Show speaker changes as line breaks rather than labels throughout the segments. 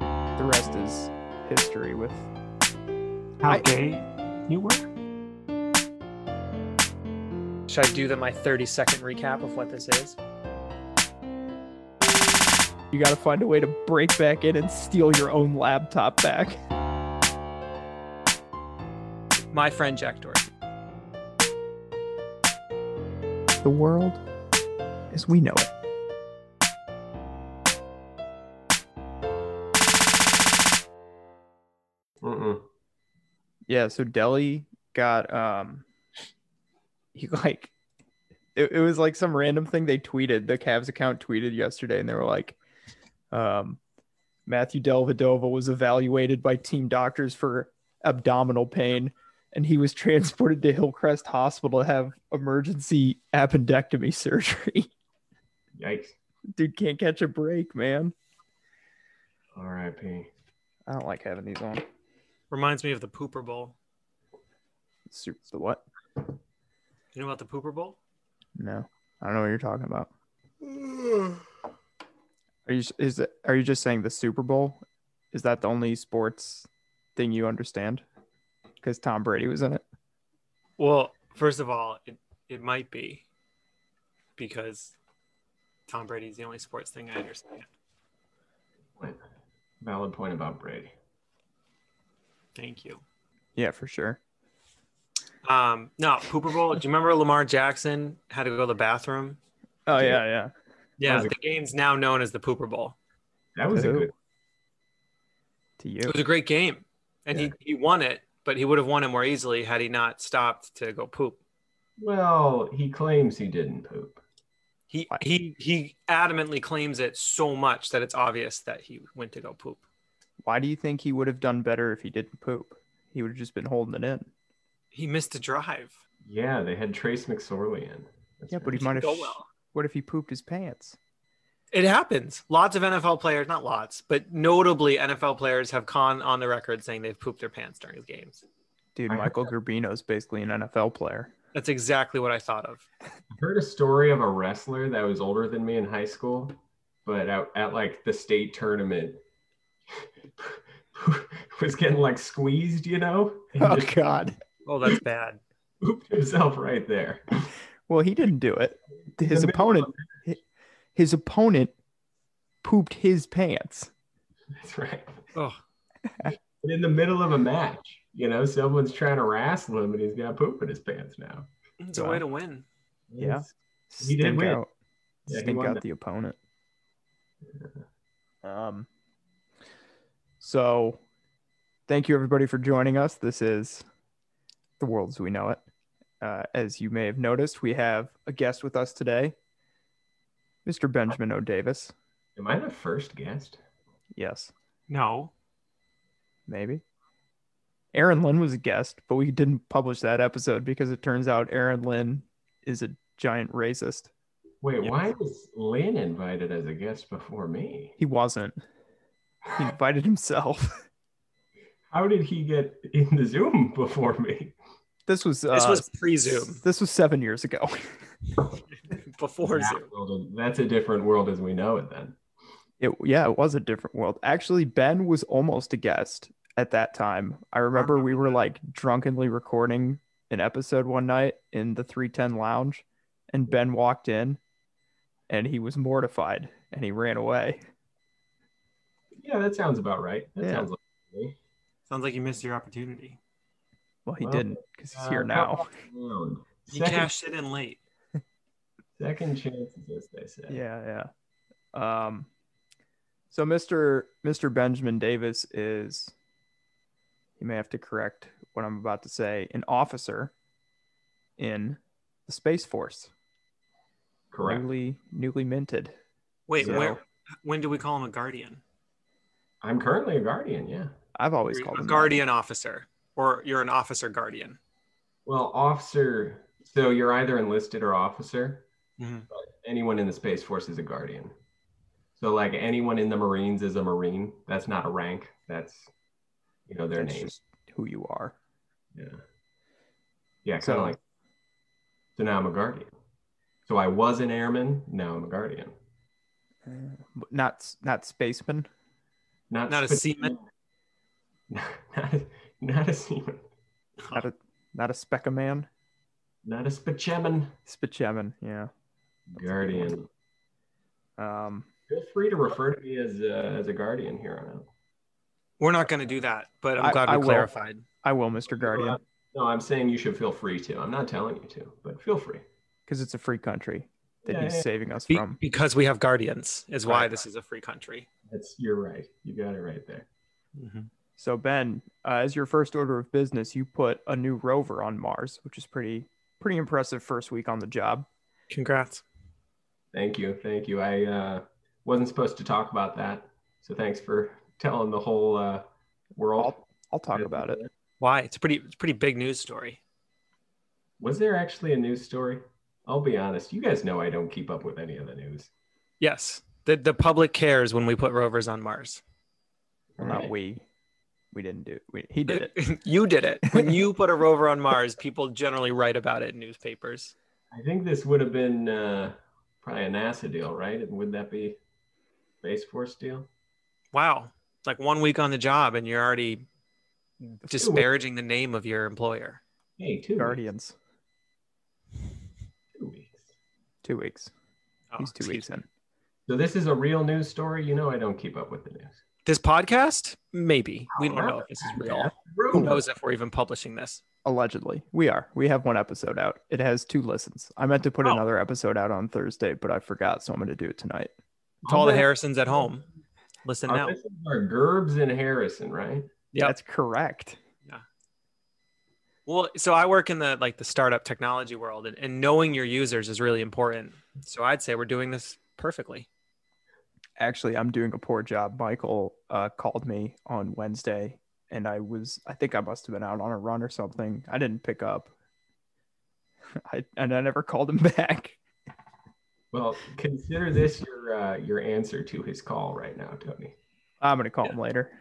the rest is history with
How
I-
gay you were?
Should I do the my 30 second recap of what this is? You gotta find a way to break back in and steal your own laptop back. My friend Jack Dorsey. The world as we know it.
Mm-mm.
Yeah, so Delhi got um he like it, it was like some random thing they tweeted. The Cavs account tweeted yesterday and they were like um Matthew Delvedova was evaluated by team doctors for abdominal pain and he was transported to Hillcrest Hospital to have emergency appendectomy surgery.
Yikes.
Dude can't catch a break, man.
R.I.P.
I don't like having these on.
Reminds me of the Pooper Bowl.
Super the what?
You know about the Pooper Bowl?
No. I don't know what you're talking about. Are you is it, are you just saying the Super Bowl? Is that the only sports thing you understand? Because Tom Brady was in it.
Well, first of all, it, it might be because Tom Brady's the only sports thing I understand.
Valid point about Brady.
Thank you.
Yeah, for sure.
Um, no, Pooper Bowl. do you remember Lamar Jackson had to go to the bathroom?
Oh yeah, yeah.
Yeah,
Was
the
it-
game's now known as the Pooper Bowl.
That was a
Who?
good.
To
It
you.
was a great game, and he, he won it, but he would have won it more easily had he not stopped to go poop.
Well, he claims he didn't poop.
He
I-
he he adamantly claims it so much that it's obvious that he went to go poop.
Why do you think he would have done better if he didn't poop? He would have just been holding it in.
He missed a drive.
Yeah, they had Trace McSorley in. That's
Yeah, but
right.
he might have.
Go well.
What if he pooped his pants?
It happens. Lots of NFL players, not lots, but notably NFL players have con on the record saying they've pooped their pants during games.
Dude,
I heard
Michael Gerbino's basically an NFL player.
That's exactly what I thought of.
I heard a story of a wrestler that was older than me in high school, but at, at like the state tournament, was getting like squeezed, you know, and
Oh
just
God.
Oh, that's bad.
pooped himself right there.
Well, he didn't do it. His
The middle
opponent, his opponent, pooped his pants.
That's right.
Oh,
And in the middle of a match, you know, someone's trying to wrestle him, and he's got poop in his pants now.
it's a way to win.
Yeah.
He did
Stink
win.
out.
Yeah, he
stink
won
out
that.
the opponent. Um. So, thank you everybody for joining us. This is the world as we know it. Uh, as you may have noticed, we have a guest with us today, Mr. Benjamin O. Davis.
Am I the first guest?
Yes,
No.
maybe. Aaron Lynn was a guest, but we didn't publish that episode because it turns out Aaron Lynn is a giant racist.
Wait,
Yeah.
why was Lynn invited as a guest before me?
He wasn't. He invited himself.
How did he get in the Zoom before me?
This was uh,
This was pre Zoom,
This was seven years ago.
before
That
Zoom.
world is- That's a different world as we know it then.
It yeah, it was a different world. Actually, Ben was almost a guest at that time. I remember we were like drunkenly recording an episode one night in the 310 lounge, and Ben walked in, and he was mortified, and he ran away.
Yeah, that sounds about right. That
Yeah.
sounds like me.
Sounds like you missed your opportunity.
Well, he
Well,
didn't because he's here
Uh,
now.
round.
You
Second,
cashed it in late.
second chances, as they say.
Yeah, yeah. Um, so Mr. Mr. Benjamin Davis is, you may have to correct what I'm about to say, an officer in the Space Force,
Correct.
newly newly minted.
Wait,
So-
where? When do we call him a guardian?
I'm currently a guardian, yeah.
I've always
You're
called
a
him that.
guardian officer, or you're an officer guardian.
Well, officer, so you're either enlisted or officer.
Mhm.
But anyone in the Space Force is a guardian. So, like, anyone in the Marines is a Marine. That's not a rank. That's, you know, their
That's
name.
just who you are.
Yeah. Yeah, kind
So-
of like. So now I'm a guardian. So I was
Uh,
an airman. Now I'm a guardian.
But Not not spaceman.
Not,
Not a seaman?
Not, a- not a seaman.
Not a not a Specca man.
Not a spacheman.
Spichemin, yeah. That's a good
Guardian.
Um
Feel free to refer to me as uh, as a guardian here on out.
We're not going to do that, but I'm
I-
glad we
I will.
clarified.
I will, Mr. Guardian,
No, I'm saying you should feel free to. I'm not telling you to, but feel free.
because it's a free country that
Yeah,
he's
yeah,
saving us
Be-
from.
because we have guardians is why
Right.
this is a free country.
That's you're right. You got it right there.
So Ben, uh, as your first order of business, you put a new rover on Mars, which is pretty pretty impressive first week on the job.
Congrats.
Thank you, thank you. I uh, wasn't supposed to talk about that, so thanks for telling the whole uh, world.
I'll I'll talk about it.
Why? It's a pretty it's a pretty big news story.
Was there actually a news story? I'll be honest. You guys know I don't keep up with any of the news.
Yes. The the public cares when we put rovers on Mars.
Well, not
Right.
we. We didn't do. We, he did it.
you did it. When you put a rover on Mars, people generally write about it in newspapers.
I think this would have been uh, probably a NASA deal, right? And would that be Space Force deal?
Wow. It's like one week on the job and you're already disparaging the name of your employer.
Hey, two
Guardians.
Weeks, two weeks.
Two weeks.
Oh,
He's two
excuse
weeks
me.
in.
So this is a real news story. You know I don't keep up with the news.
This podcast? Maybe. We don't know if this is real. Who
Rumor.
knows if we're even publishing this?
Allegedly, we are. We have one episode out. It has two listens. I meant to put
Oh.
another episode out on Thursday, but I forgot, so I'm going to do it tonight.
To all the
I'll bet-
Harrisons at home, listen
Our
now.
listeners are Gerbs and Harrison, right?
Yep.
That's correct.
Well, so I work in the like the startup technology world, and, and knowing your users is really important. So I'd say we're doing this perfectly.
actually i'm doing a poor job michael uh, called me on wednesday and i was i think i must have been out on a run or something i didn't pick up I, and i never called him back
Well, consider this your uh, your answer to his call right now, Tony.
i'm gonna call him later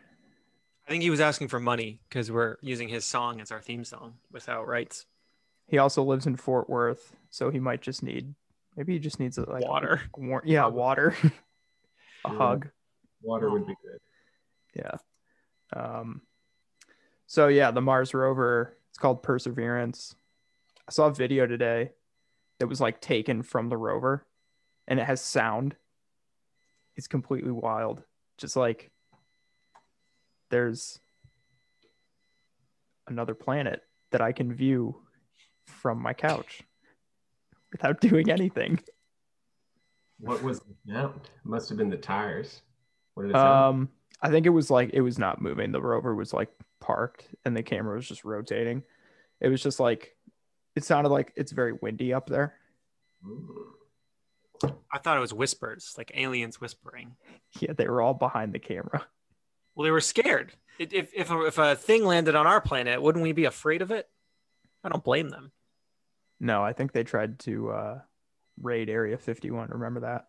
I think he was asking for money because we're using his song as our theme song without rights.
he also lives in fort worth so he might just need maybe he just needs a, like
Water.
a war- yeah water a
Yeah.
hug
Water would be good.
yeah um so yeah the mars rover it's called perseverance i saw a video today that was like taken from the rover and it has sound it's completely wild just like there's another planet that i can view from my couch without doing anything
What was the sound? Must have been the tires. What did it sound?
Um, I think it was like it was not moving. The rover was like parked, and the camera was just rotating. It was just like it sounded like it's very windy up there.
Mm.
I thought it was whispers, like aliens whispering.
Yeah, they were all behind the camera.
Well, they were scared. If if if a, if a thing landed on our planet, wouldn't we be afraid of it? I don't blame them.
No, I think they tried to uh, raid Area 51. Remember that?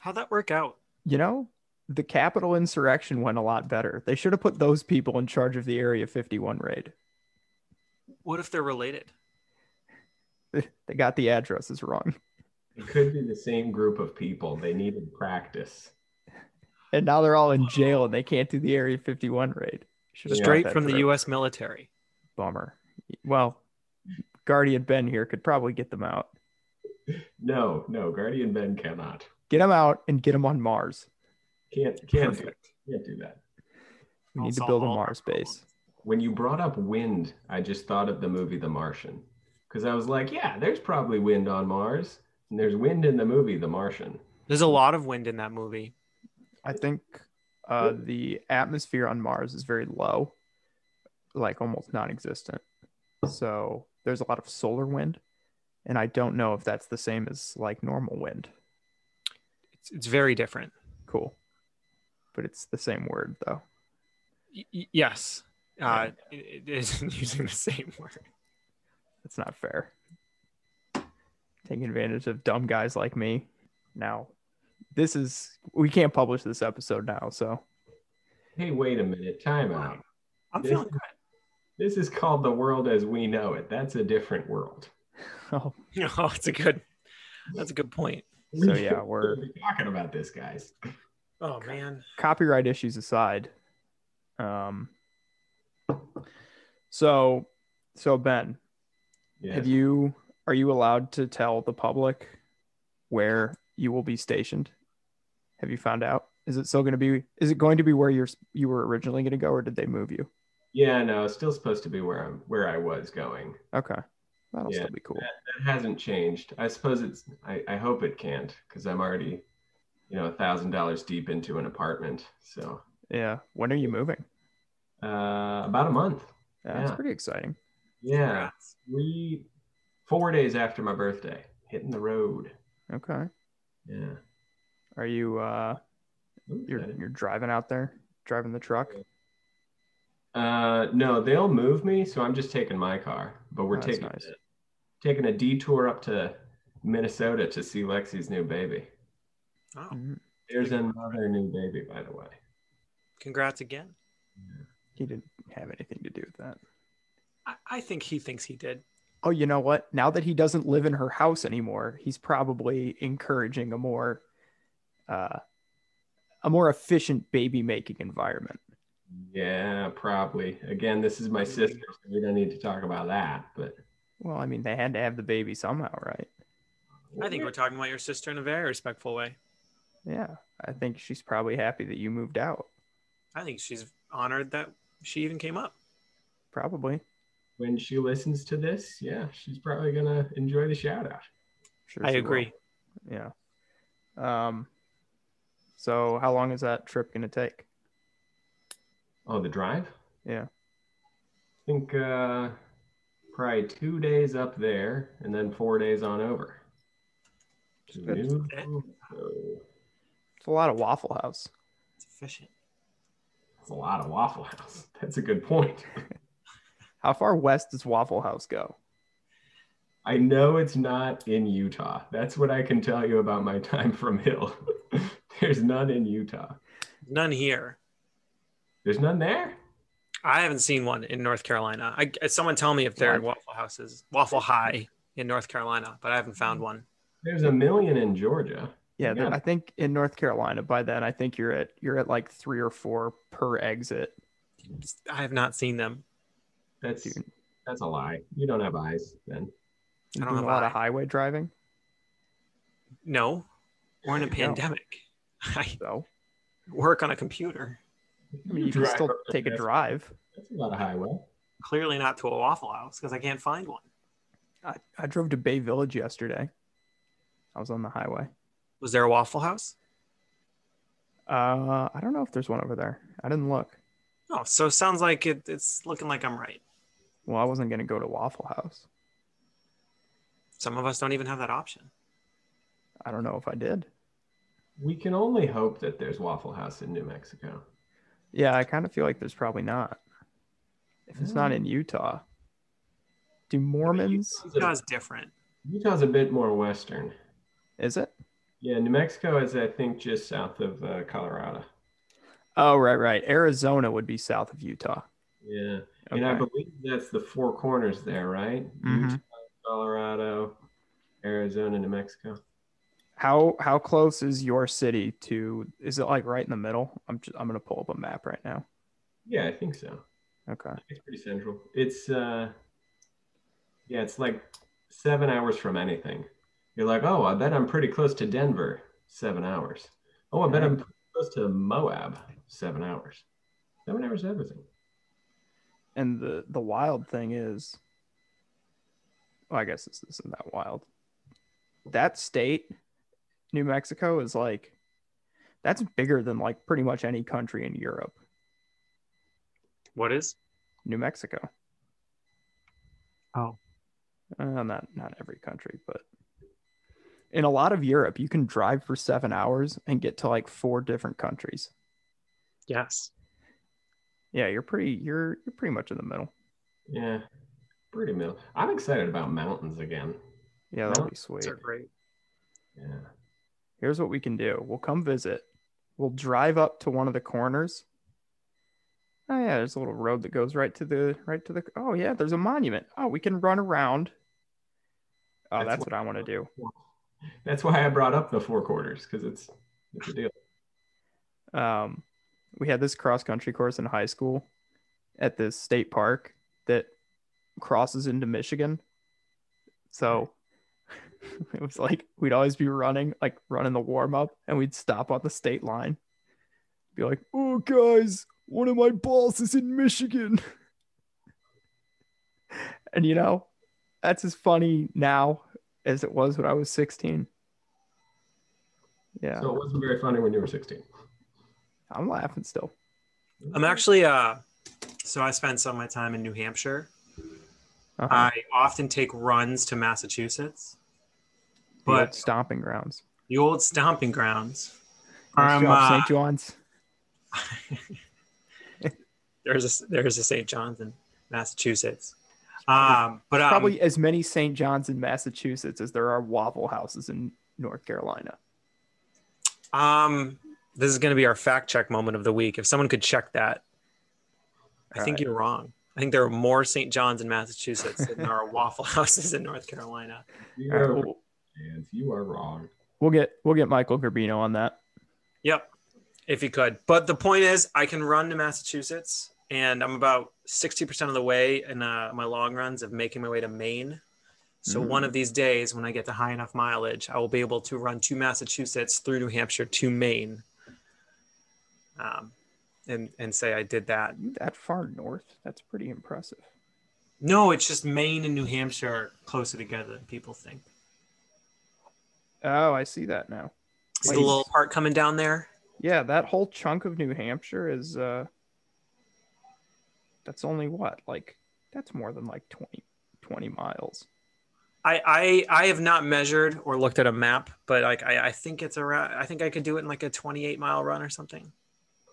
How'd that work out?
You know, the Capitol insurrection went a lot better. They should have put those people in charge of the Area 51 raid.
What if they're related?
They got the addresses wrong,
It could be the same group of people. They needed practice.
and now they're all in jail and they can't do the Area 51 raid. Should have
Straight
brought that
from the
through.
U.S. military.
bummer. Well, Guardian Ben here could probably get them out.
No, no, Guardian Ben cannot.
Get them out and get them on Mars.
Can't can't do, can't do that.
We
I'll
need to
solve
build a
all our
Mars base.
When you brought up wind, I just thought of the movie The Martian. Because I was like, yeah, there's probably wind on Mars. And there's wind in the movie The Martian.
There's a lot of wind in that movie.
I think uh, the atmosphere on Mars is very low, like almost non existent. So there's a lot of solar wind. And I don't know if that's the same as like normal wind.
It's, it's very different.
Cool. But it's the same word though.
Y- y- yes. Uh, it, it isn't using the same word.
That's not fair. Taking advantage of dumb guys like me. Now, this is we can't publish this episode now, so
Hey, wait a minute. Time out.
I'm
This-
feeling good.
This is called The World as We Know It. That's a different world.
oh,
No, it's a good. That's a good point.
So, yeah, we're-
talking about this, guys.
Oh man.
copyright issues aside um so so ben
Yes.
have you are you allowed to tell the public where you will be stationed have you found out is it still going to be is it going to be where you're you were originally going to go or did they move you
Yeah, no, it's still supposed to be where I'm where I was going.
okay that'll
Yeah.
still be cool
That hasn't changed. I suppose it's I, I hope it can't, because I'm already, you know, a thousand dollars deep into an apartment. So
yeah when are you moving
uh about a month.
yeah, that's
Yeah.
pretty exciting
Yeah.
Congrats.
Three four days after my birthday. Hitting the road.
okay
Yeah.
are you uh you're you're driving out there driving the truck
Uh no, they'll move me, so I'm just taking my car. But we're
Oh, that's
taking
nice.
taking a detour up to Minnesota to see Lexi's new baby.
Oh,
Mhm.
There's another new baby, by the way.
congrats again.
he didn't have anything to do with that
I, I think he thinks he did.
oh, you know what? Now that he doesn't live in her house anymore, he's probably encouraging a more uh, a more efficient baby making environment.
Yeah, probably. Again, this is my sister, so we don't need to talk about that. But
Well, I mean, they had to have the baby somehow, right?
I think we're talking about your sister in a very respectful way.
Yeah, I think she's probably happy that you moved out.
I think she's honored that she even came up.
Probably,
when she listens to this, yeah, she's probably gonna enjoy the shout out.
sure.
I
she will.
agree.
Yeah. Um. So, how long is that trip gonna take?
Oh, the drive?
Yeah.
I think uh probably two days up there and then four days on over. To
That's-
New- oh,
It's a lot of Waffle House.
It's efficient.
That's a lot of Waffle House. That's a good point.
How far west does Waffle House go?
I know it's not in Utah. That's what I can tell you about my time from Hill. There's none in Utah.
None here.
There's none there?
I haven't seen one in North Carolina. I, uh, someone tell me if there are Waffle Houses, Waffle High in North Carolina, but I haven't found one.
There's a million in Georgia.
Yeah, th-
Yeah.
I think in North Carolina by then I think you're at you're at like three or four per exit.
I have not seen them.
That's
Dude,
that's a lie. You don't have eyes then.
you doing
I don't
a
have
lot of
eye.
highway driving,
No, we're in a
No.
pandemic. I
so
work on a computer.
I mean you can still take a drive.
That's a lot of highway.
Clearly not to a Waffle House because I can't find one.
I, I drove to Bay Village yesterday. I was on the highway.
Was there a Waffle House?
Uh, I don't know if there's one over there. I didn't look.
Oh, so it sounds like it, it's looking like I'm right.
Well, I wasn't gonna go to Waffle House.
Some of us don't even have that option.
I don't know if I did.
We can only hope that there's Waffle House in New Mexico.
Yeah, I kind of feel like there's probably not. If it's
Hmm.
not in Utah, do Mormons?
Utah's different.
Utah's a bit more western.
Is it?
Yeah, New Mexico is I think just south of uh, Colorado.
Oh, right, right. Arizona would be south of Utah.
Yeah,
Okay.
and I believe that's the four corners there, right?
Mhm.
Utah, Colorado, Arizona, New Mexico.
how how close is your city to is it like right in the middle i'm just i'm gonna pull up a map right now
Yeah, I think so.
okay
It's pretty central. It's uh yeah, it's like seven hours from anything. You're like, oh, I bet I'm pretty close to Denver, seven hours. Oh, I bet I'm pretty close to Moab, seven hours. Seven hours is everything.
and the the wild thing is well, i guess this isn't that wild that state new mexico is like that's bigger than like pretty much any country in europe
What is?
new mexico
Oh.
uh, not not every country but in a lot of europe you can drive for seven hours and get to like four different countries
Yes.
Yeah, you're pretty you're you're pretty much in the middle.
Yeah. Pretty middle. I'm excited about mountains again.
Yeah, that'll
Well,
be sweet.
Those are great.
Yeah.
Here's what we can do. We'll come visit. We'll drive up to one of the corners. Oh yeah, there's a little road that goes right to the right to the Oh yeah, there's a monument. Oh, we can run around. Oh,
That's
that's,
what-
what I want to do.
That's why I brought up the four quarters, because it's it's a deal.
um, we had this cross country course in high school at this state park that crosses into Michigan. So it was like we'd always be running, like running the warm up, and we'd stop on the state line. Be like, oh, guys, one of my balls is in Michigan. and you know, that's as funny now as it was when I was 16. Yeah,
So it wasn't very funny when you were 16.
I'm laughing still.
I'm actually uh so I spent some of my time in New Hampshire.
Uh-huh.
I often take runs to Massachusetts.
The old
But
stomping grounds.
the old stomping grounds
Nice
are
job,
uh,
St. John's.
there's a there's a St. John's in Massachusetts. Um, but um,
Probably as many St. John's in Massachusetts as there are Waffle Houses in North Carolina.
um, this is going to be our fact check moment of the week. If someone could check that, I
All
think
right.
you're wrong. I think there are more St. John's in Massachusetts than there are Waffle Houses in North Carolina.
You
All right,
are,
we'll,
Vance, you are wrong.
we'll get we'll get Michael Garbino on that.
Yep, if you could. But the point is, I can run to Massachusetts, and I'm about 60% of the way in uh, my long runs of making my way to Maine. So one of these days, when I get to high enough mileage, I will be able to run to Massachusetts, through New Hampshire, to Maine, um, and and say I did that.
You that far north? That's pretty impressive.
No, it's just Maine and New Hampshire are closer together than people think.
Oh, I see that now.
See the little part coming down there?
Yeah, that whole chunk of New Hampshire is uh that's only what? Like that's more than like 20 20 miles.
I, I I have not measured or looked at a map, but like I, I think it's around. I think I could do it in like a 28 mile run or something.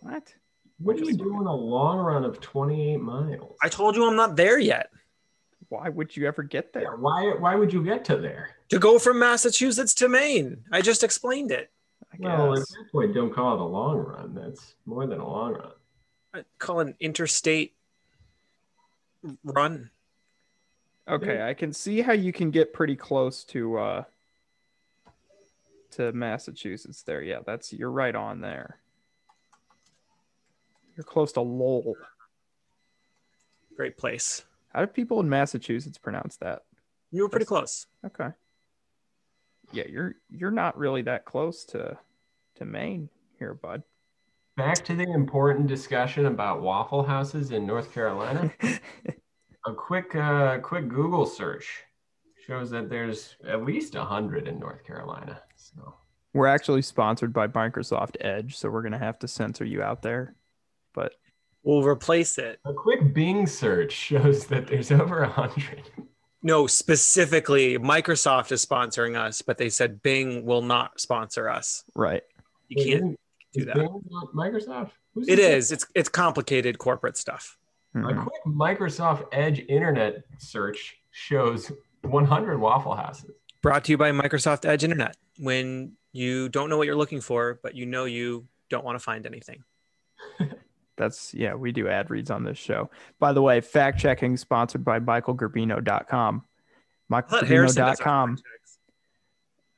What?
What are you doing a long run of 28 miles?
I told you I'm not there yet.
Why would you ever get
Yeah,
there?
why, why would you get to there?
To go from Massachusetts to Maine, I just explained it.
I
Well, at
guess.
that point, don't call it a long run. That's more than a long run.
I call it an interstate run.
Okay, I can see how you can get pretty close to uh to Massachusetts there. Yeah, that's you're right on there. You're close to Lowell.
Great place.
How do people in Massachusetts pronounce that?
You were pretty close.
Okay. Yeah, you're you're not really that close to to Maine here, bud.
Back to the important discussion about Waffle Houses in North Carolina. a quick, uh, quick Google search shows that there's at least 100 in North Carolina. So
We're actually sponsored by Microsoft Edge, so we're gonna have to censor you out there. But
We'll replace it.
a quick Bing search shows that there's over 100.
No, specifically, Microsoft is sponsoring us, but they said Bing will not sponsor us.
right.
You can't. do
Is
that.
Bing not Microsoft? Who's
It
this-
is. It's it's complicated corporate stuff.
A
Mhm.
quick Microsoft Edge internet search shows 100 Waffle Houses.
Brought to you by Microsoft Edge Internet. When you don't know what you're looking for, but you know you don't want to find anything.
That's yeah, we do ad reads on this show. By the way, fact checking sponsored by michaelgarbino.com.
I thought Harrison does our
michaelgarbino.com.
fact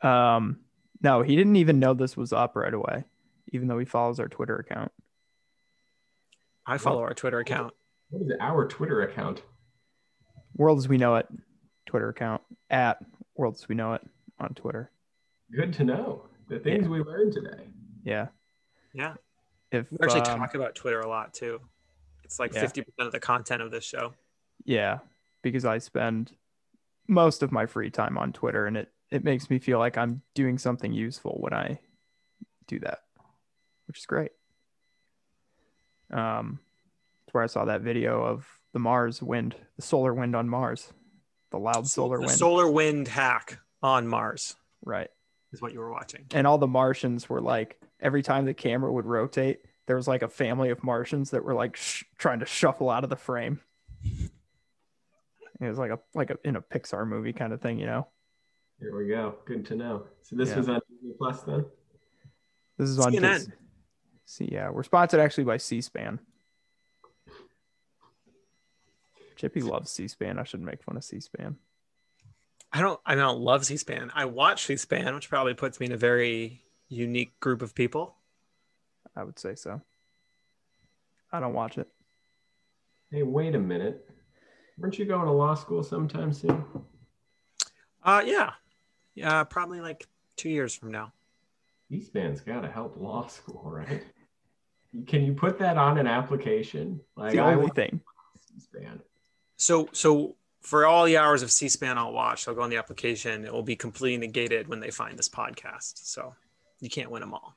checks.
Um no, he didn't even know this was up right away, even though he follows our Twitter account.
I follow our Twitter account.
What is our Twitter account?
World as we know it Twitter account at World as we know it on Twitter.
Good to know the things we learned today.
Yeah.
Yeah.
If
We actually
um,
talk about Twitter a lot too. It's like
Yeah.
fifty percent of the content of this show.
yeah, because I spend most of my free time on Twitter and it it makes me feel like I'm doing something useful when I do that, which is great. Um it's where I saw that video of the Mars wind, the solar wind on Mars, the loud solar
The
wind,
solar wind hack on Mars
right?
is what you were watching.
and all the Martians were like every time the camera would rotate, there was like a family of Martians that were like sh- trying to shuffle out of the frame. It was like a like a in a Pixar movie kind of thing, you know.
Here we go. Good to know. So this
Yeah.
was on Disney Plus then.
This is on
CNN.
Dis- See, yeah, we're sponsored actually by C-SPAN. Chippy loves C-SPAN. I should make fun of C-SPAN.
I don't I don't love C SPAN. I watch C SPAN, which probably puts me in a very unique group of people.
I would say so. I don't watch it.
Hey, wait a minute. Weren't you going to law school sometime soon?
Uh, yeah, yeah, probably like two years from now.
Eastman's got to help law school, right? Can you put that on an application?
It's
Like
the
I
only
want
thing.
Eastman.
So, so for all the hours of C-SPAN I'll watch, I'll go on the application. It will be completely negated when they find this podcast. So, you can't win them all.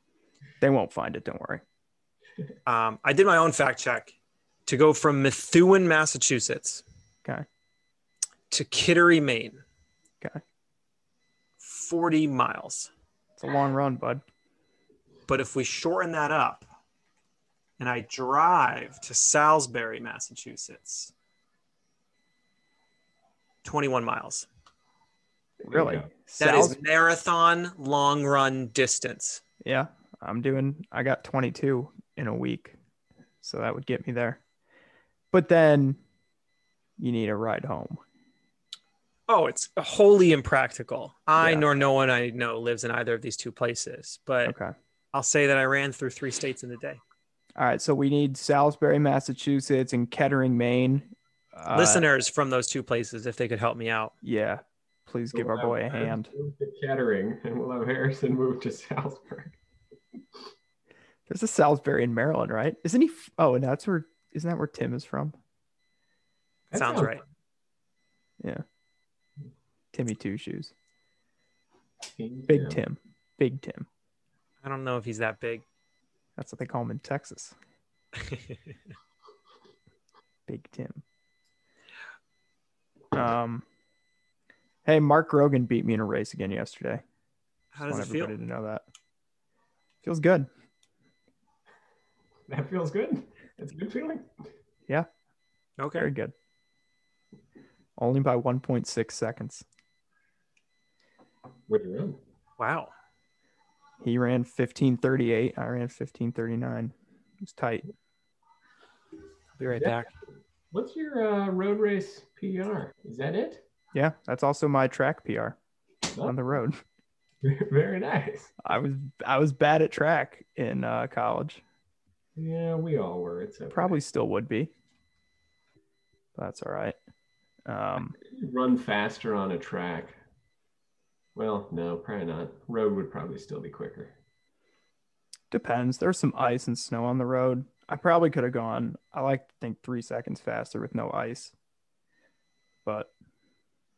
They won't find it. Don't worry.
Um, I did my own fact check to go from Methuen, Massachusetts,
Okay.
to Kittery, Maine,
Okay.
forty miles.
It's a long run, bud.
But if we shorten that up, and I drive to Salisbury, Massachusetts, twenty-one miles.
There you
Really?
go.
That is
Sals-
marathon long run distance.
yeah. I'm doing. I got 22 in a week, so that would get me there. But then, you need a ride home.
Oh, it's wholly impractical. I
Yeah.
nor no one I know lives in either of these two places, but
Okay.
I'll say that I ran through three states in a day.
All right. So we need Salisbury, Massachusetts, and Kettering, Maine. Uh,
Listeners from those two places, if they could help me out.
Yeah. Please
So
give our
we'll
boy a
have
hand.
Harrison Move to Kettering, and we'll have Harrison move to Salisbury.
There's a Salisbury in Maryland, right? Isn't he? f- Oh, and that's where. Isn't that where Tim is from?
That
sounds, right.
Timmy Two Shoes.
Team
Big
Tim.
Tim. Big Tim.
I don't know if he's that big.
That's what they call him in Texas. Big Tim. Um. Hey, Mark Rogan beat me in a race again yesterday.
How
Just
does it
want
feel?
everybody to know that. Feels good.
That feels good. That's a good feeling.
Okay.
Very good. Only by 1.6 seconds.
With your own.
Wow.
He ran 1538. I ran 1539. It was tight.
Be right
Yeah.
back.
What's your uh, road race PR? Is that it?
Yeah, that's also my track PR
Oh.
on the road.
Very nice.
I was I was bad at track in uh, college.
Yeah, we all were. It's okay.
Probably still would be. That's all right. Um,
You run faster on a track. Well, no, probably not. Road would probably still be quicker.
depends. There's some ice and snow on the road. I probably could have gone. I like to think three seconds faster with no ice. But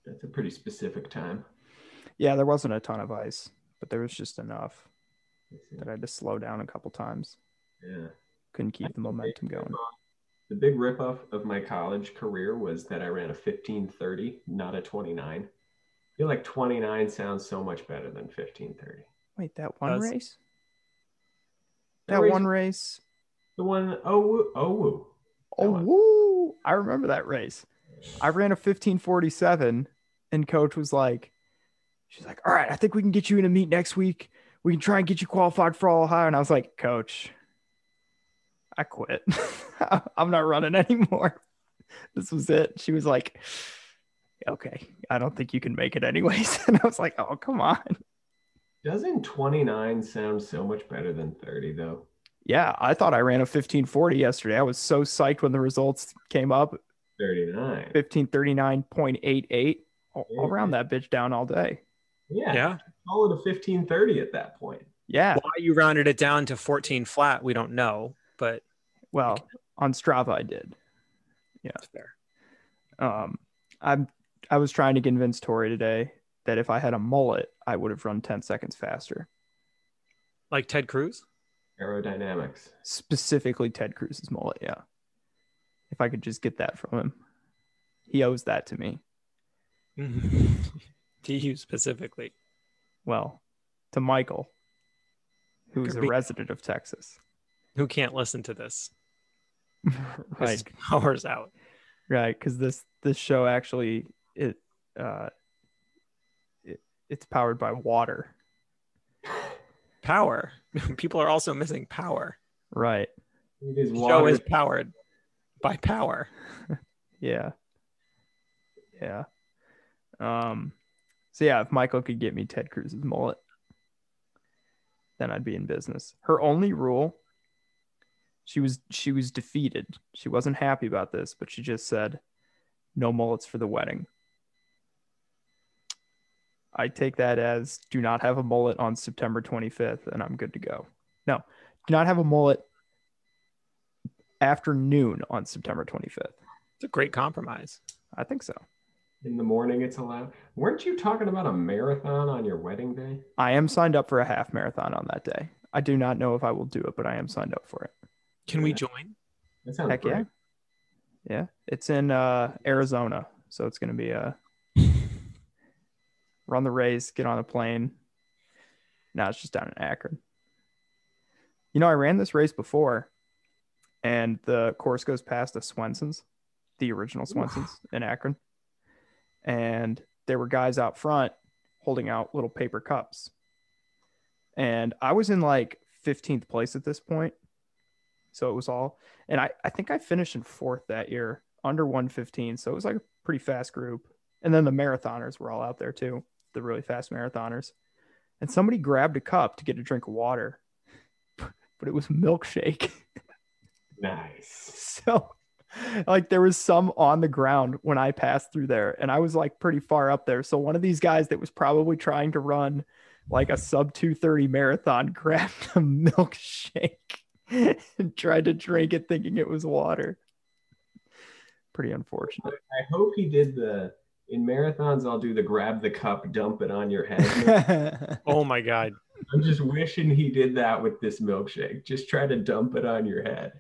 That's a pretty specific time.
yeah, there wasn't a ton of ice, but there was just enough
Let's see.
that I had to slow down a couple times.
Yeah.
Couldn't keep the momentum going.
The big ripoff of my college career was that I ran a 1530, not a 29. I feel like 29 sounds so much better than 1530.
Wait, that one
Does-
race?
That
That
race-
one race?
The one, oh, woo, oh, woo.
Oh,
one.
woo! I remember that race. I ran a 1547, and coach was like, she's like, all right, I think we can get you in a meet next week. We can try and get you qualified for all Ohio. And I was like, coach, I quit. I'm not running anymore. This was it. She was like, okay, I don't think you can make it anyways. And I was like, oh, come on.
Doesn't 29 sound so much better than 30, though?
Yeah, I thought I ran a 1540 yesterday. I was so psyched when the results came up.
39.
1539.88. I'll, I'll round that bitch down all day.
Yeah.
Yeah.
Call it a 1530 at that point.
Yeah.
Why you rounded it down to 14 flat, we don't know, but
Well, on Strava I did.
that's fair.
Um, I'm I was trying to convince Tori today that if I had a mullet, I would have run 10 seconds faster.
Like Ted Cruz?
Aerodynamics.
Specifically Ted Cruz's mullet, yeah. If I could just get that from him. He owes that to me.
Mm-hmm. to you specifically.
Well, to Michael, who is
Could
a
be-
resident of Texas.
Who can't listen to this? This
right.
is hours out.
right because this this show actually it uh it, it's powered by water
Power. People are also missing power.
right
It is
The
water.
Show is powered by power.
yeah yeah um so yeah if michael could get me ted cruz's mullet then i'd be in business her only rule She was she was defeated. She wasn't happy about this, but she just said, "No mullets for the wedding." I take that as do not have a mullet on September 25th, and I'm good to go. No, do not have a mullet after noon on September 25th.
It's a great compromise.
I think so.
In the morning, it's allowed. Weren't you talking about a marathon on your wedding day?
I am signed up for a half marathon on that day. I do not know if I will do it, but I am signed up for it.
Can we join?
That sounds
Heck yeah.
great.
Yeah. It's in uh, Arizona. So it's going to be a run the race, get on a plane. Now it's just down in Akron. You know, I ran this race before and the course goes past the Swenson's, the original Swenson's in Akron. And there were guys out front holding out little paper cups. And I was in like 15th place at this point. So it was all, and I, I think I finished in fourth that year under 115. So it was like a pretty fast group. And then the marathoners were all out there too, the really fast marathoners. And somebody grabbed a cup to get a drink of water, but it was milkshake.
Nice.
so like there was some on the ground when I passed through there and I was like pretty far up there. So one of these guys that was probably trying to run like a sub 230 marathon grabbed a milkshake and tried to drink it thinking it was water. Pretty unfortunate.
I hope he did the. In marathons, I'll do the grab the cup, dump it on your head.
I
Oh my god.
I'm just wishing he did that with this milkshake. Just try to dump it on your head.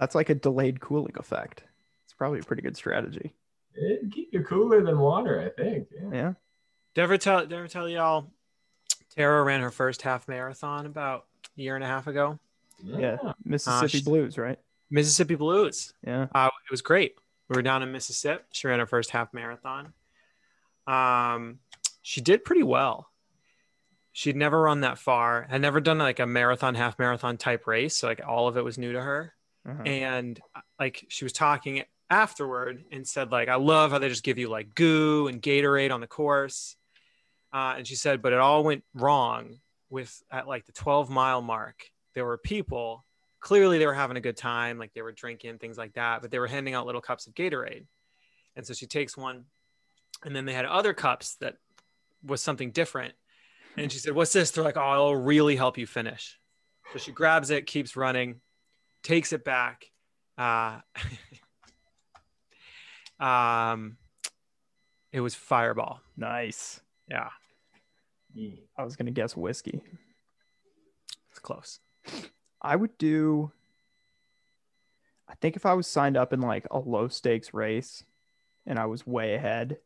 That's like a delayed cooling effect. It's probably a pretty good strategy.
It'd keep you cooler than water, I think. Yeah.
Yeah.
Did I ever tell did I ever tell y'all Tara ran her first half marathon about a year and a half ago?
Yeah.
Ah,
Mississippi
sh-
Blues, right?
Mississippi Blues.
Yeah.
Uh, it was great. We were down in Mississippi. She ran her first half marathon. Um, she did pretty well. She'd never run that far. Had never done like a marathon, half marathon type race. So like all of it was new to her.
Uh-huh.
And uh, like she was talking afterward and said like, I love how they just give you like goo and Gatorade on the course. Uh, and she said, but it all went wrong with at like the 12 mile mark. There were people clearly they were having a good time, like they were drinking, things like that, but they were handing out little cups of Gatorade. And so she takes one, and then they had other cups that was something different. And she said, What's this? They're like, Oh, it'll really help you finish. So she grabs it, keeps running, takes it back. Uh, um, it was Fireball.
Nice.
Yeah,
Yeah.
I was going to guess whiskey.
it's close.
I would do. I think if I was signed up in like a low stakes race, and I was way ahead,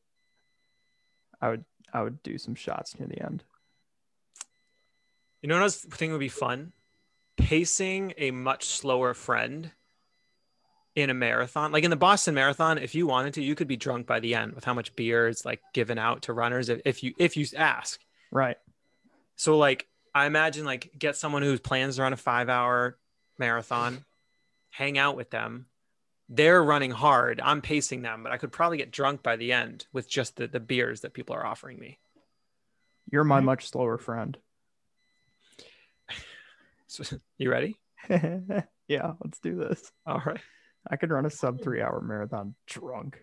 I would I would do some shots near the end.
You know what I was thinking would be fun? Pacing a much slower friend in a marathon. Like in the Boston Marathon, if you wanted to, you could be drunk by the end with how much beer is like given out to runners if, if you if you ask.
Right.
So like I imagine like get someone who plans to run a five hour marathon, hang out with them. They're running hard. I'm pacing them, but I could probably get drunk by the end with just the, the beers that people are offering me.
You're my much slower friend.
So, you ready?
yeah, let's do this.
All right.
I could run a sub three hour marathon drunk.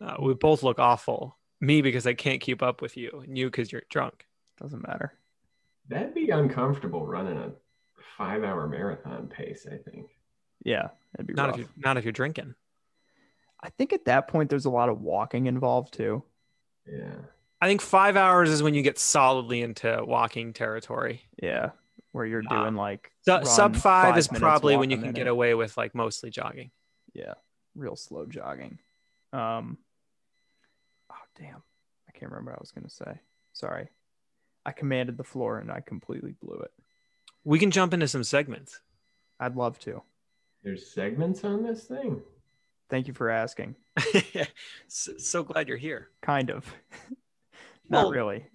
Uh, we both look awful. Me because I can't keep up with you, and you because you're drunk.
Doesn't matter.
That'd be uncomfortable running a five hour marathon pace, I think.
Yeah, it'd be
Not
rough.
if you're not if you're drinking.
I think at that point there's a lot of walking involved too.
Yeah.
I think five hours is when you get solidly into walking territory.
Yeah, where you're
Nah.
doing like
Uh, Su-
run
sub five, is
minutes,
probably
walk
when
a
you can get
minute.
away with like mostly jogging.
yeah real slow jogging um oh damn i can't remember what i was gonna say sorry i commanded the floor and i completely blew it
We can jump into some segments.
i'd love to
There's segments on this thing.
thank you for asking
so, so glad you're here.
kind of not
Well-
really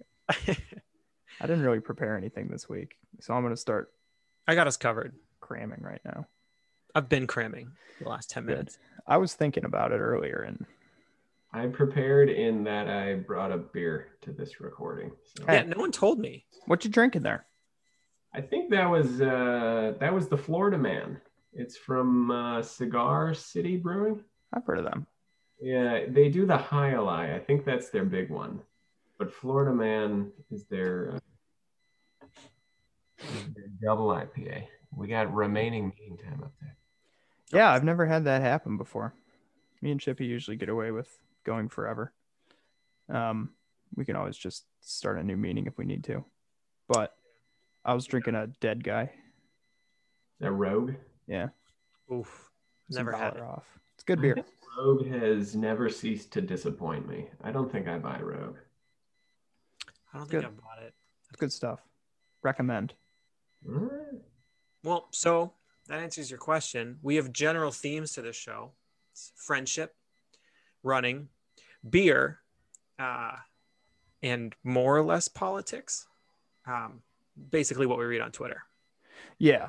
i didn't really prepare anything this week so i'm gonna start
I got us covered.
cramming right now
I've been cramming the last ten
Good.
minutes.
i was thinking about it earlier and
I prepared in that I brought a beer to this recording. So
Hey.
Yeah, no one told me.
what you drinking there
I think that was uh, that was the Florida man. It's from uh, Cigar City Brewing.
I've heard of them.
Yeah, they do the High Ally. I think that's their big one. But Florida Man is their, uh, is their double IPA. We got remaining meeting time up there.
Yeah, I've never had that happen before. Me and Chippy usually get away with going forever. Um, we can always just start a new meeting if we need to. But I was drinking a dead guy.
That Rogue.
Yeah,
Oof.
it's a
Never had
dollar
it. Mm-hmm.
off. It's good beer.
Rogue has never ceased to disappoint me. I don't think I buy Rogue.
I don't think
Good.
I bought it.
It's good stuff. Recommend.
Alright.
Well, so that answers your question. We have general themes to this show: it's friendship, running, beer, uh, and more or less politics. Um, basically, what we read on Twitter.
Yeah,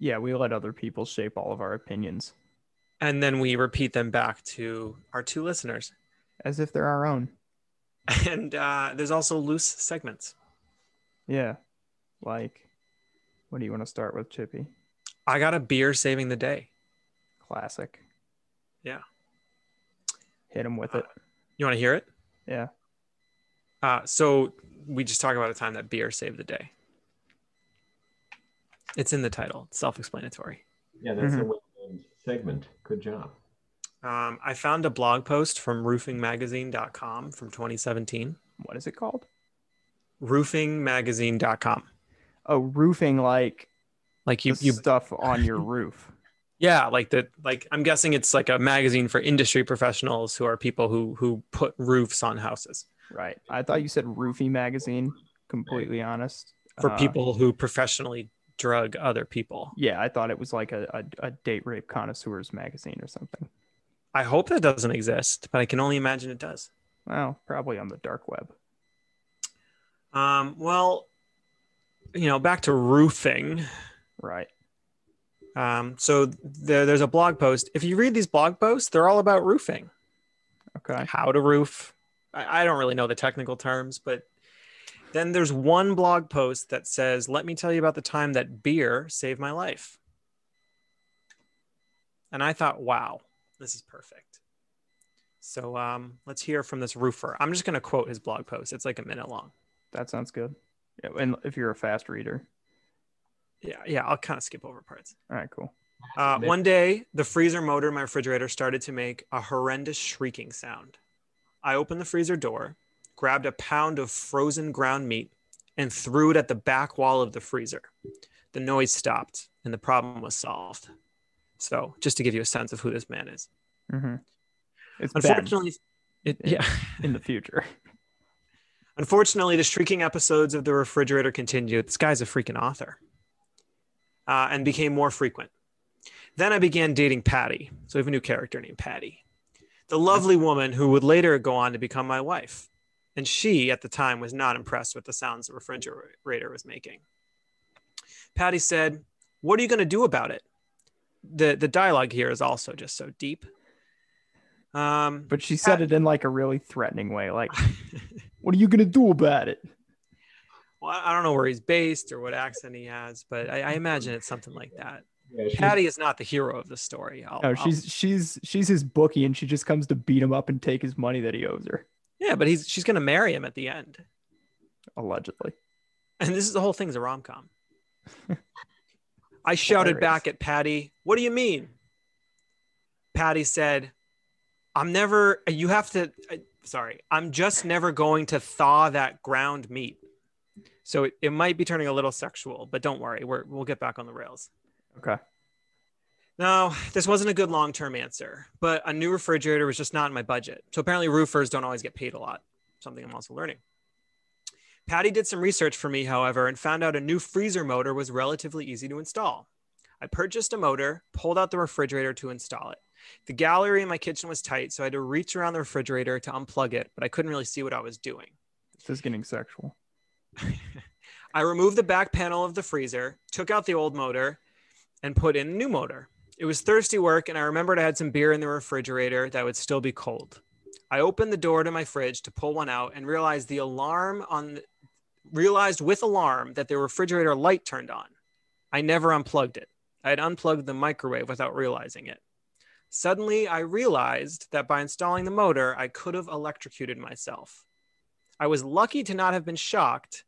yeah. We let other people shape all of our opinions
and then we repeat them back to our two listeners.
as if they're our own.
And uh, there's also loose segments.
Yeah, like, what do you want to start with, Chippy?
I got a beer saving the day.
Classic.
Yeah. Uh,
Hit him with it.
You want to hear it?
Yeah.
Uh, so we just talk about a time that beer saved the day. It's in the title. It's self-explanatory.
Yeah, that's
Mhm.
a well-named segment. Good job.
Um, I found a blog post from roofingmagazine.com from 2017.
What is it called?
Roofingmagazine.com.
Oh, roofing like
Like you,
the
you
stuff on your roof.
Yeah, like the like I'm guessing it's like a magazine for industry professionals who are people who who put roofs on houses
Right. I thought you said roofie magazine. Completely honest.
for
Uh,
people who professionally drug other people.
Yeah, I thought it was like a, a, a date rape connoisseurs magazine or something.
I hope that doesn't exist, but I can only imagine it does.
Well, probably on the dark web.
Um, well, you know, back to roofing.
Right.
Um, so there, there's a blog post. If you read these blog posts, they're all about roofing.
Okay.
how to roof. I, I don't really know the technical terms, but then there's one blog post that says, Let me tell you about the time that beer saved my life. And I thought, wow, this is perfect. So um, let's hear from this roofer. I'm just going to quote his blog post. It's like a minute long.
That sounds good. Yeah, and if you're a fast reader.
Yeah, yeah, I'll kind of skip over parts.
All right, cool.
Uh, one day, the freezer motor in my refrigerator started to make a horrendous shrieking sound. I opened the freezer door, grabbed a pound of frozen ground meat, and threw it at the back wall of the freezer. The noise stopped, and the problem was solved. So, just to give you a sense of who this man is.
hmm It's Ben
Unfortunately, it, yeah.
in the future.
Unfortunately, the shrieking episodes of the refrigerator continued. This guy's a freaking author. Uh, and became more frequent. Then I began dating Patty. So we have a new character named Patty, the lovely woman who would later go on to become my wife. And she, at the time, was not impressed with the sounds the refrigerator was making. Patty said, What are you going to do about it? The, the dialogue here is also just so deep. Um,
But she said it in like a really threatening way. Like, what are you going to do about it?
Well, I I don't know where he's based or what accent he has, but I, I imagine it's something like that.
Yeah, she's-
Patty is not the hero of the story. I'll,
No,
I'll-
she's she's she's his bookie, and she just comes to beat him up and take his money that he owes her,
yeah, but he's she's gonna marry him at the end,
allegedly.
and this is the whole thing's a rom com. I shouted
Hilarious.
back at Patty, "What do you mean?" Patty said, "I'm never. You have to. I, sorry, I'm just never going to thaw that ground meat." So it, it might be turning a little sexual, but don't worry, we're, we'll get back on the rails.
Okay.
No, this wasn't a good long term answer, but a new refrigerator was just not in my budget. So apparently, roofers don't always get paid a lot, something I'm also learning. Patty did some research for me, however, and found out a new freezer motor was relatively easy to install. I purchased a motor, pulled out the refrigerator to install it. The gallery in my kitchen was tight, so I had to reach around the refrigerator to unplug it, but I couldn't really see what I was doing.
This is getting sexual.
I removed the back panel of the freezer, took out the old motor, and put in a new motor. It was thirsty work, and I remembered I had some beer in the refrigerator that would still be cold. I opened the door to my fridge to pull one out and realized the alarm on the, realized with alarm that the refrigerator light turned on. I never unplugged it. I had unplugged the microwave without realizing it. Suddenly, I realized that by installing the motor, I could have electrocuted myself. I was lucky to not have been shocked.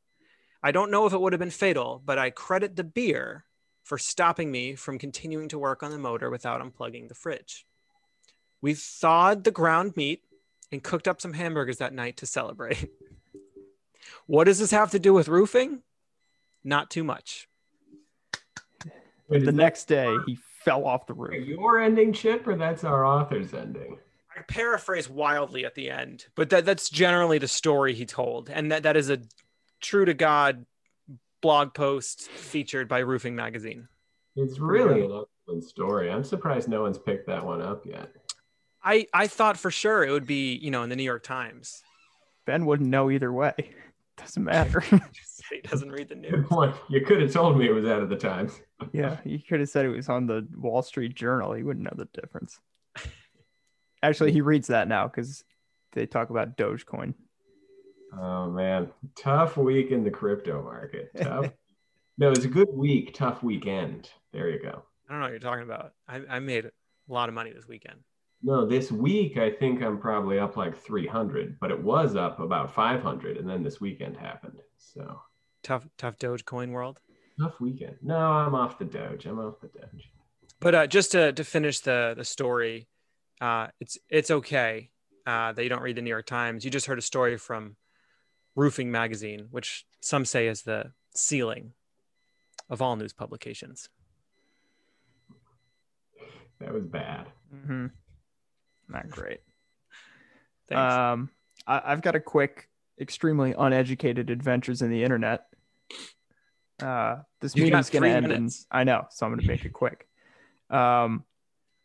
I don't know if it would have been fatal, but I credit the beer for stopping me from continuing to work on the motor without unplugging the fridge. We thawed the ground meat and cooked up some hamburgers that night to celebrate. what does this have to do with roofing? Not too much.
Wait, is
the
that
next day, he fell off the roof.
your ending, Chip, or that's our author's ending?
I paraphrase wildly at the end, but that, that's generally the story he told. And that, that is a true to God blog post featured by Roofing Magazine.
It's really an excellent story. I'm surprised no one's picked that one up yet.
I, I thought for sure it would be, you know, in the New York Times.
Ben wouldn't know either way. Doesn't matter.
he doesn't read the news.
Good point. You could have told me it was out of the Times.
yeah, you could have said it was on the Wall Street Journal. He wouldn't know the difference. Actually, he reads that now because they talk about Dogecoin.
Oh man, tough week in the crypto market. Tough. no, it's a good week. Tough weekend. There you go.
I don't know what you're talking about. I, I made a lot of money this weekend.
No, this week I think I'm probably up like 300, but it was up about 500, and then this weekend happened. So
Tough, tough Dogecoin world.
tough weekend. No, I'm off the Doge. I'm off the Doge.
But uh, just to, to finish the the story, uh, it's it's okay uh, that you don't read the New York Times. You just heard a story from Roofing Magazine, which some say is the ceiling of all news publications.
That was bad.
Mm-hmm. Not great.
Thanks.
Um, I, I've got a quick, extremely uneducated adventures in the internet. Uh, this
You've
meeting's
got
going to
three
end. In,
minutes.
I know, so I'm going to make it quick. Um,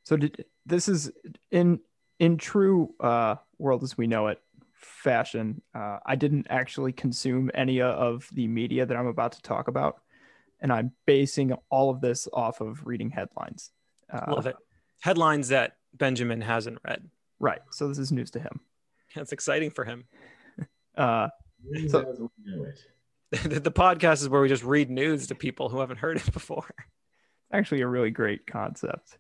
so did, this is in in true uh, world as we know it fashion. Uh, I didn't actually consume any of the media that I'm about to talk about, and I'm basing all of this off of reading headlines. Uh,
Love it. Headlines that Benjamin hasn't read.
Right. So this is news to him.
That's exciting for him.
Uh, So-
As we knew it.
the, the podcast is where we just read news to people who haven't heard it before.
actually a really great concept.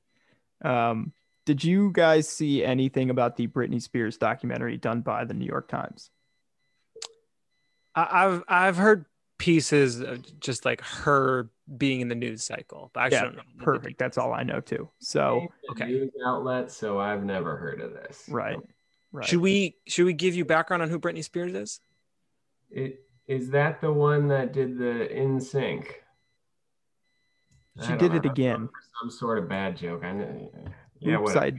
Um, did you guys see anything about the Britney Spears documentary done by the New York Times?
I, I've I've heard pieces of just like her being in the news cycle, but I actually
Yeah,
don't know. the
Perfect. That's all I know too. So,
Okay.
News outlet, so I've never heard of this.
right, right.
Should we should we give you background on who Britney Spears is?
It, is that the one that did the in sync?
She did it again.
Some sort of bad joke. I know. Yeah,
Oops,
what,
I,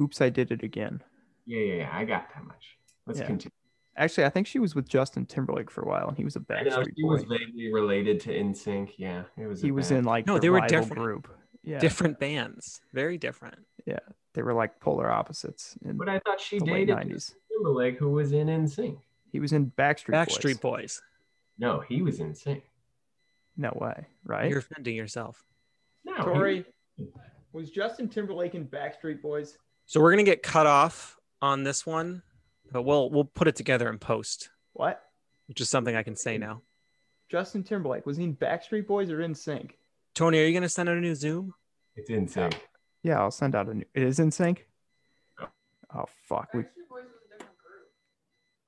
oops, I did it again.
yeah, yeah, yeah. I got that much. Let's
Yeah.
continue.
Actually, I think she was with Justin Timberlake for a while, and he was a
I know
Backstreet
she was
Boy.
vaguely related to NSYNC. Yeah, it was.
He
a
was
bad-
in like
No,
the
they were
rival
different.
group. Yeah,
Different bands, very different.
they were like polar opposites in
But I thought she
the late
dated
nineties.
Timberlake, who was in NSYNC.
He was in Backstreet.
Backstreet
Boys.
Boys.
No, he was in sync.
No way, right?
You're offending yourself.
No, he-
Tori, was Justin Timberlake in Backstreet Boys?
So we're gonna get cut off on this one, but we'll we'll put it together in post,
What?
which is something I can say now.
Justin Timberlake was he in Backstreet Boys or in Sync?
Tony, are you gonna send out a new Zoom?
it's in sync.
Yeah, I'll send out a new. It is in Sync.
No.
Oh fuck, we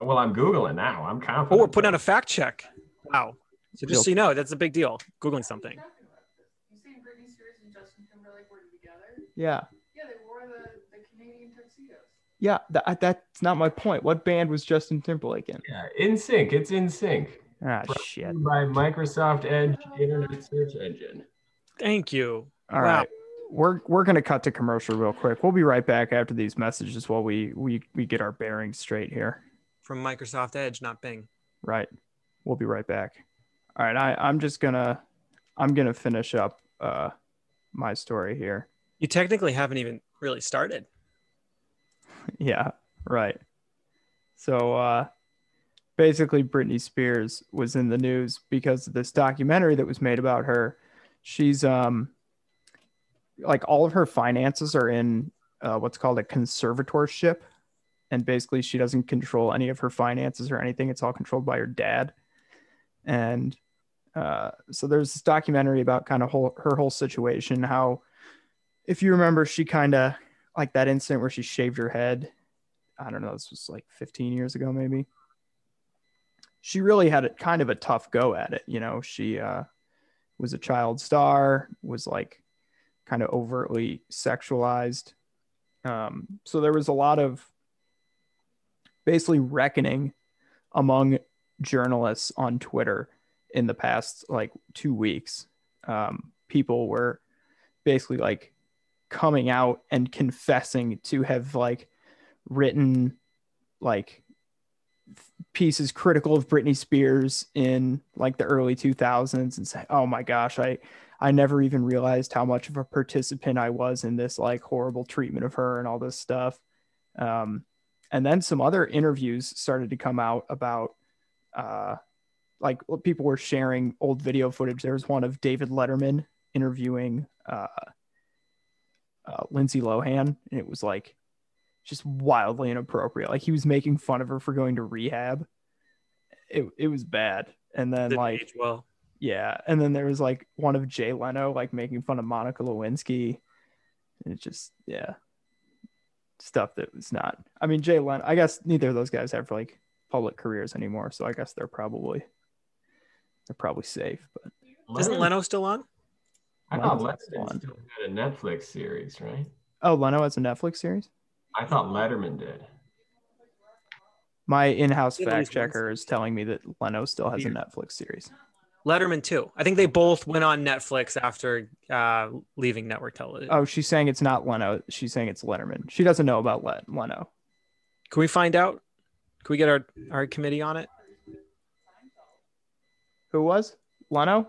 Well, I'm googling now. I'm confident.
Oh, we're putting out a fact check. Wow. So just
Real-
so you know, that's a big deal. Googling something.
You saying Britney Spears and Justin Timberlake were together?
yeah
Yeah, they wore the, the Canadian tuxedos.
yeah. That, I- that's not my point. What band was Justin Timberlake in?
Yeah, in sync. It's in sync.
Ah shit.
By Microsoft Edge Internet Search Engine.
Thank you.
All
Wow.
right. We're, we're gonna cut to commercial real quick. We'll be right back after these messages while we we, we get our bearings straight here.
From Microsoft Edge, not Bing.
Right. We'll be right back. All right. I, I'm just gonna I'm gonna finish up uh my story here.
You technically haven't even really started.
Yeah, right. So uh, basically, Britney Spears was in the news because of this documentary that was made about her. She's um, like all of her finances are in uh, what's called a conservatorship, and basically she doesn't control any of her finances or anything. It's all controlled by her dad, and uh, so there's this documentary about kind of whole, her whole situation. How, if you remember, she kind of like that incident where she shaved her head. I don't know. This was like 15 years ago, maybe. She really had a kind of a tough go at it. You know, she uh, was a child star, was like kind of overtly sexualized. Um, so there was a lot of basically reckoning among journalists on Twitter in the past like two weeks. Um, people were basically like coming out and confessing to have like written like pieces critical of Britney Spears in like the early 2000s and say, "Oh my gosh, I I never even realized how much of a participant I was in this like horrible treatment of her and all this stuff." Um, and then some other interviews started to come out about uh, like people were sharing old video footage. There was one of David Letterman interviewing uh, uh, Lindsay Lohan, and it was like just wildly inappropriate. Like he was making fun of her for going to rehab. It it was bad. And then
Didn't
like
age well.
yeah, and then there was like one of Jay Leno like making fun of Monica Lewinsky. And it's just yeah, stuff that was not. I mean Jay Leno. I guess neither of those guys have like public careers anymore, so I guess they're probably they're probably safe. But
Isn't Leno still on?
I thought
Leno's
Letterman
on.
still had a Netflix series, right?
oh, Leno has a Netflix series.
I thought Letterman did.
My in-house
Yeah, there's
fact checker is telling me that Leno still has a
Weird.
Netflix series.
Letterman too. I think they both went on Netflix after uh, leaving network television.
Oh, she's saying it's not Leno. She's saying it's Letterman. She doesn't know about Let- Leno.
Can we find out? Can we get our our committee on it?
Who was Leno?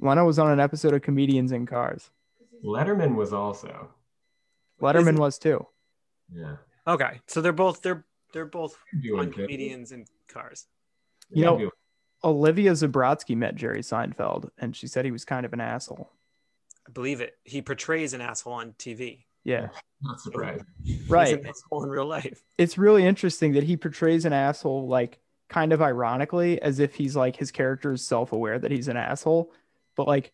Leno was on an episode of Comedians in Cars.
Letterman was also.
Letterman
Isn't-
was too.
Yeah.
Okay, so they're both they're they're both on
Doing good.
comedians and cars.
You know-
Doing-
Olivia Zabrowski met Jerry Seinfeld, and she said he was kind of an asshole.
I believe it. He portrays an asshole on TV.
Yeah,
not surprised.
right.
He's an asshole in real life.
it's really interesting that he portrays an asshole like kind of ironically as if he's like his character is self-aware that he's an asshole but like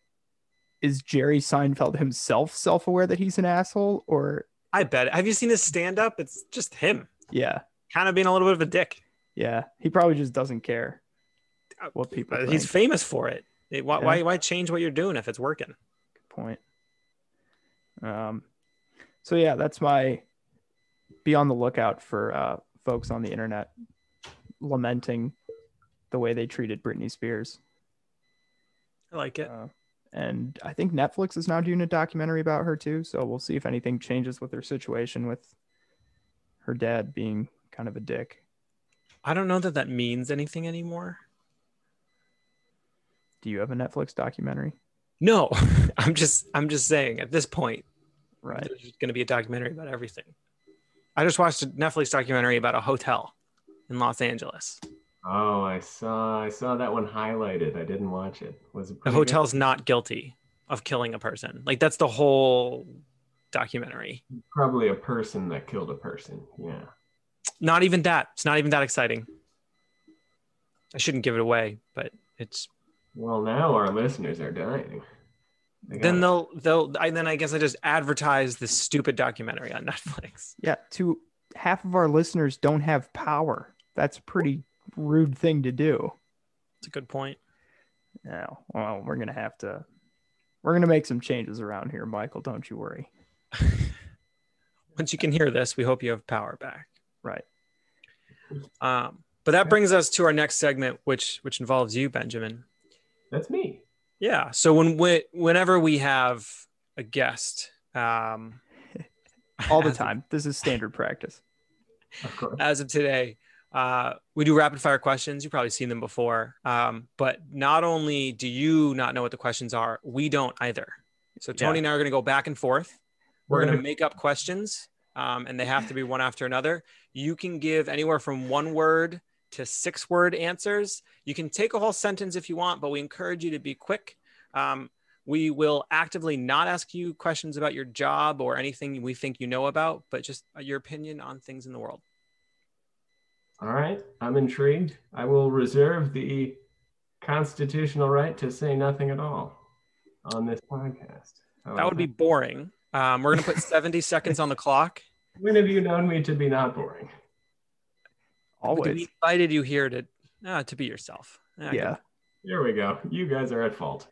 is jerry seinfeld himself self-aware that he's an asshole or
I bet. Have you seen his stand up? It's just him
yeah
kind of being a little bit of a dick.
yeah he probably just doesn't care
Uh,
what people
But
think.
he's famous for it. It- why,
Yeah.
why why change what you're doing if it's working?
Good point um so yeah that's my be on the lookout for uh folks on the internet lamenting the way they treated britney spears
I like it.
Uh, and I think Netflix is now doing a documentary about her too. So we'll see if anything changes with her situation with her dad being kind of a dick.
I don't know that that means anything anymore.
Do you have a Netflix documentary?
No, I'm just I'm just saying at this point
Right.
there's going to be a documentary about everything. I just watched a Netflix documentary about a hotel in Los Angeles.
Oh, I saw I saw that one highlighted. I didn't watch it. Was it
The
pretty good?
hotel's not guilty of killing a person. Like that's the whole documentary.
probably a person that killed a person? Yeah.
Not even that. It's not even that exciting. I shouldn't give it away, but it's
Well, now our listeners are dying. They
then
gotta-
they'll they'll I, then I guess I just advertise this stupid documentary on Netflix.
Yeah. To half of our listeners don't have power. That's a pretty rude thing to do.
It's a good point.
Now, well, we're gonna have to. We're gonna make some changes around here, Michael. Don't you worry.
Once you can hear this, we hope you have power back.
Right.
Um, but that brings us to our next segment, which which involves you, Benjamin.
that's me.
Yeah. So when we, whenever we have a guest, um,
All the
as of-
time. This is standard practice.
Of course.
as of today, uh, we do rapid fire questions. You've probably seen them before. Um, but not only do you not know what the questions are, we don't either. So Tony and I are going to go back and forth. We're going to make up questions, um, and they have to be one after another. You can give anywhere from one word to six word answers. You can take a whole sentence if you want, but we encourage you to be quick. Um, we will actively not ask you questions about your job or anything we think you know about, but just your opinion on things in the world.
All right, I'm intrigued. I will reserve the constitutional right to say nothing at all on this podcast. How
That would be
about
boring. Um, we're gonna put 70 seconds on the clock.
When have you known me to be not boring?
Always.
We invited you here to uh, to be yourself. Uh,
yeah.
There we go. You guys are at fault.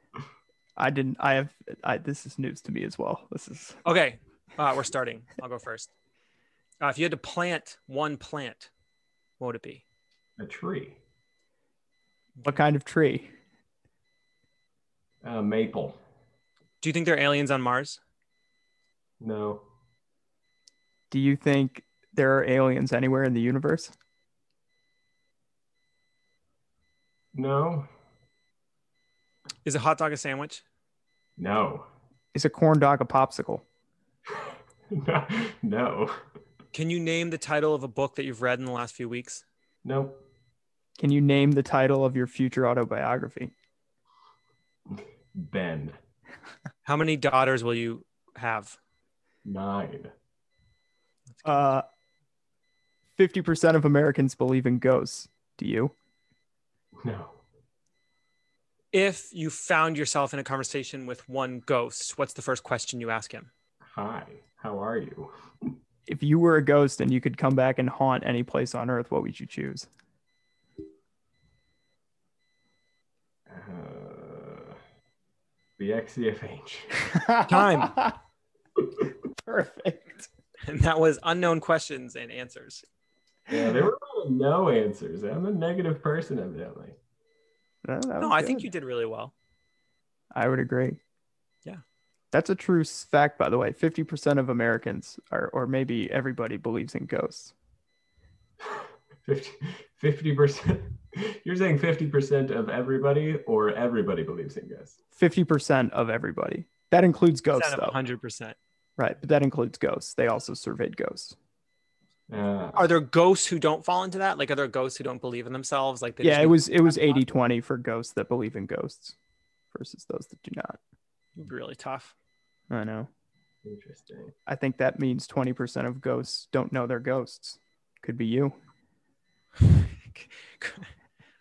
I didn't. I have. I, this is news to me as well. This is.
Okay, uh, we're starting. I'll go first. Uh, if you had to plant one plant, what would it be?
A tree,
What kind of tree?
a maple.
Do you think there are aliens on Mars?
No,
Do you think there are aliens anywhere in the universe?
no,
Is a hot dog a sandwich?
no,
Is a corn dog a popsicle?
no,
Can you name the title of a book that you've read in the last few weeks?
no.
Can you name the title of your future autobiography?
Ben,
How many daughters will you have?
nine.
Uh, 50% of Americans believe in ghosts. Do you?
No,
If you found yourself in a conversation with one ghost, what's the first question you ask him?
hi, how are you?
If you were a ghost and you could come back and haunt any place on earth, what would you choose?
Uh, the XCFH.
Time.
Perfect.
And that was unknown questions and answers.
Yeah, there were a lot of no answers. I'm a negative person, evidently.
No, that
No,
was
I think
good.
you did really well.
I would agree.
Yeah.
That's a true s- fact, by the way. 50% of Americans, are, or maybe everybody, believes in ghosts.
50 percent. You're saying 50% of everybody, or everybody believes in ghosts.
50% of everybody. That includes ghosts,
Percent of
though.
100%.
Right. But that includes ghosts. They also surveyed ghosts.
Uh,
Are there ghosts who don't fall into that? Like, are there ghosts who don't believe in themselves? Like, they
yeah,
just
it was it was 80 20 for ghosts that believe in ghosts versus those that do not.
It'd be really tough.
I know.
interesting.
I think that means 20% of ghosts don't know they're ghosts. Could be you.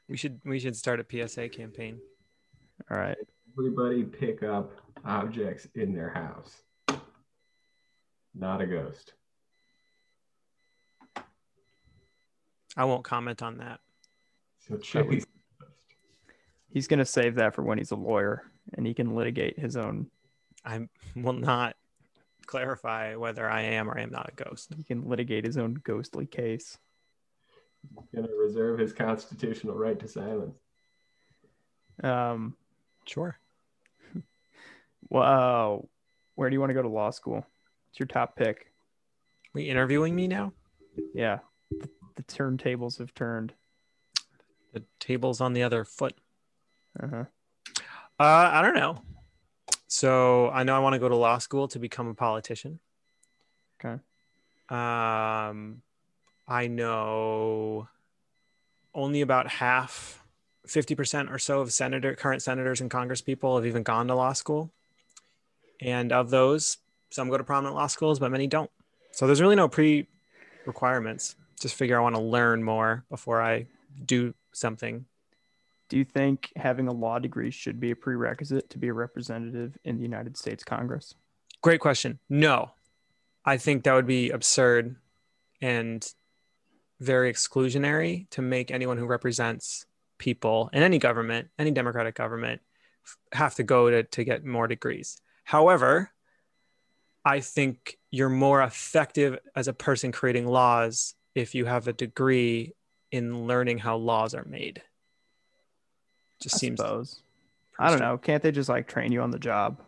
we should we should start a PSA campaign.
All right.
Everybody pick up objects in their house. Not a ghost.
I won't comment on that.
So Chippy's
He's going to save that for when he's a lawyer and he can litigate his own.
I will not clarify whether I am or am not a ghost.
He can litigate his own ghostly case.
going to reserve his constitutional right to silence.
Um,
Sure.
wow. Where do you want to go to law school? It's your top pick.
We interviewing me now?
Yeah. The, the turntables have turned.
The table's on the other foot.
Uh-huh.
Uh, I don't know. So I know I want to go to law school to become a politician.
Okay.
Um, I know only about half, fifty percent or so of senator, current senators and congresspeople have even gone to law school, and of those, some go to prominent law schools, but many don't. So there's really no pre requirements. Just figure I want to learn more before I do something.
Do you think having a law degree should be a prerequisite to be a representative in the United States Congress?
Great question. No, I think that would be absurd and very exclusionary to make anyone who represents people in any government, any democratic government, f- have to go to, to get more degrees. However, I think you're more effective as a person creating laws if you have a degree in learning how laws are made. Just
I
seems
suppose. I don't know. Can't they just like train you on the job?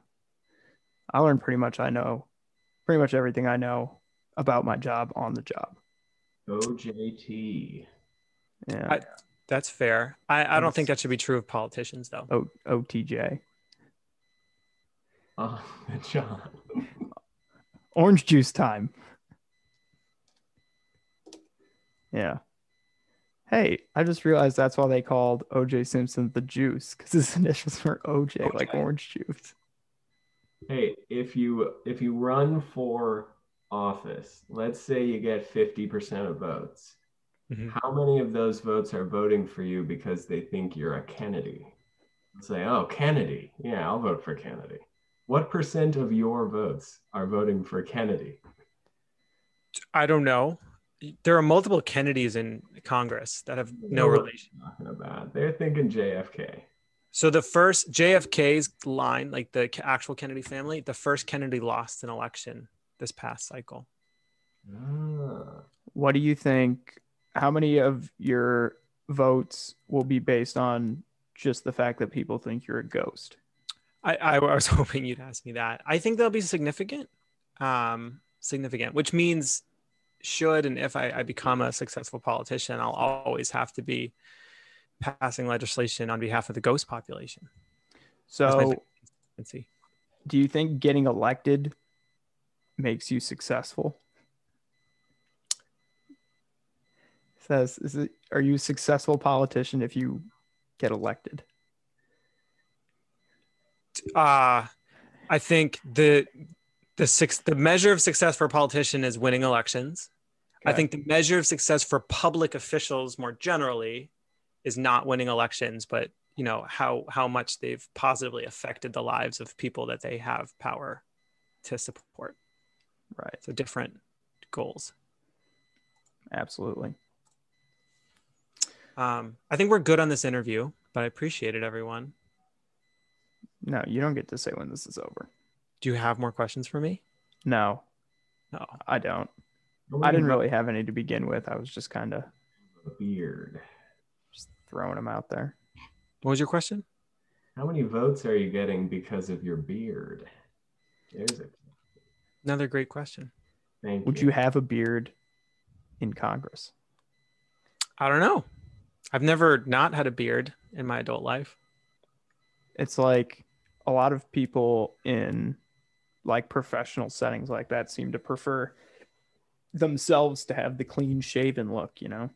I learned pretty much I know pretty much everything I know about my job on the job.
OJT.
Yeah.
I- That's fair. I, I don't
That's-
think that should be true of politicians, though.
o- OTJ.
On the job.
Orange juice time. Yeah. Hey, I just realized that's why they called OJ Simpson the juice because his initials were OJ, like
Okay.
orange juice.
Hey, if you if you run for office, let's say you get 50% of votes.
Mm-hmm.
Mhm.
How many of those votes are voting for you because they think you're a Kennedy? Say, oh, Kennedy. Yeah, I'll vote for Kennedy. What percent of your votes are voting for Kennedy?
I don't know. There are multiple Kennedys in Congress that have no
Yeah.
relation.
Talking about they're thinking JFK.
So the first JFK's line, like the ca- actual Kennedy family, the first Kennedy lost an election this past cycle.
Ah,
What do you think? How many of your votes will be based on just the fact that people think you're a ghost?
I, I was hoping you'd ask me that. I think they'll be significant, um, significant, which means should and if I, I become a successful politician, I'll always have to be passing legislation on behalf of the ghost population. That's my
So,
thing. And see,
do you think getting elected makes you successful? Says, is it, are you a successful politician if you get elected?
uh, I think the the six the measure of success for a politician is winning elections. I
Okay.
think the measure of success for public officials more generally is not winning elections, but you know how how much they've positively affected the lives of people that they have power to support.
Right.
So different goals.
Absolutely.
Um, I think we're good on this interview, but I appreciate it, everyone.
No, you don't get to say when this is over.
Do you have more questions for me?
No,
No.
I don't.
what
I
do you
didn't really have any to begin with. I was just kind of
vote Beard.
just throwing them out there.
What was your question?
How many votes are you getting because of your beard? There's a
Another great question.
thank
Would you have a beard in Congress?
I don't know. I've never not had a beard in my adult life.
It's like a lot of people in like professional settings like that seem to prefer themselves to have the clean shaven look, you know?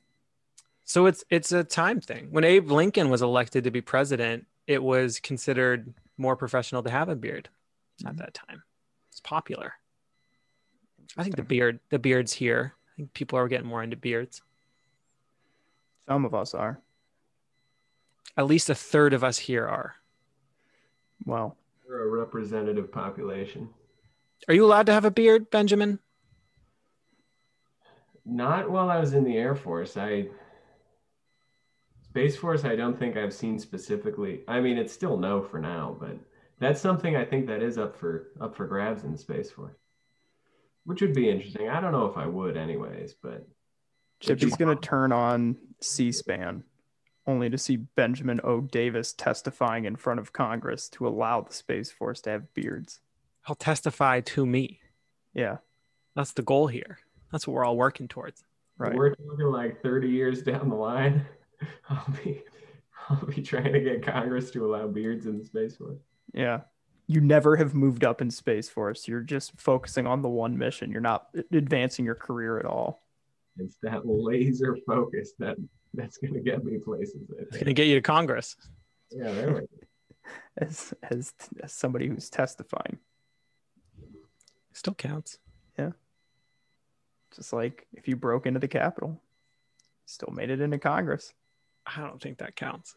So it's it's a time thing. When Abe Lincoln was elected to be president, it was considered more professional to have a beard at that time. It's popular. I think the beard the beard's here. I think people are getting more into beards.
Some of us are.
At least a third of us here are.
Well,
You're a representative population.
Are you allowed to have a beard, Benjamin?
Not while I was in the Air Force. I Space Force I don't think I've seen specifically. I mean it's still no for now, but that's something I think that is up for up for grabs in Space Force. Which would be interesting. I don't know if I would anyways, but
Chippy's going to turn on C SPAN only to see Benjamin O. Davis testifying in front of Congress to allow the Space Force to have beards.
I'll testify to me.
Yeah,
That's the goal here. That's what we're all working towards.
right.
we're talking like 30 years down the line. I'll be I'll be trying to get Congress to allow beards in the Space Force.
Yeah. You never have moved up in Space Force. You're just focusing on the one mission. You're not advancing your career at all.
It's that laser focus that that's gonna get me places. I
It's
think.
gonna get you to Congress.
Yeah, there we go.
As as, as somebody who's testifying,
Still counts.
just like if you broke into the Capitol, still made it into Congress.
I don't think that counts.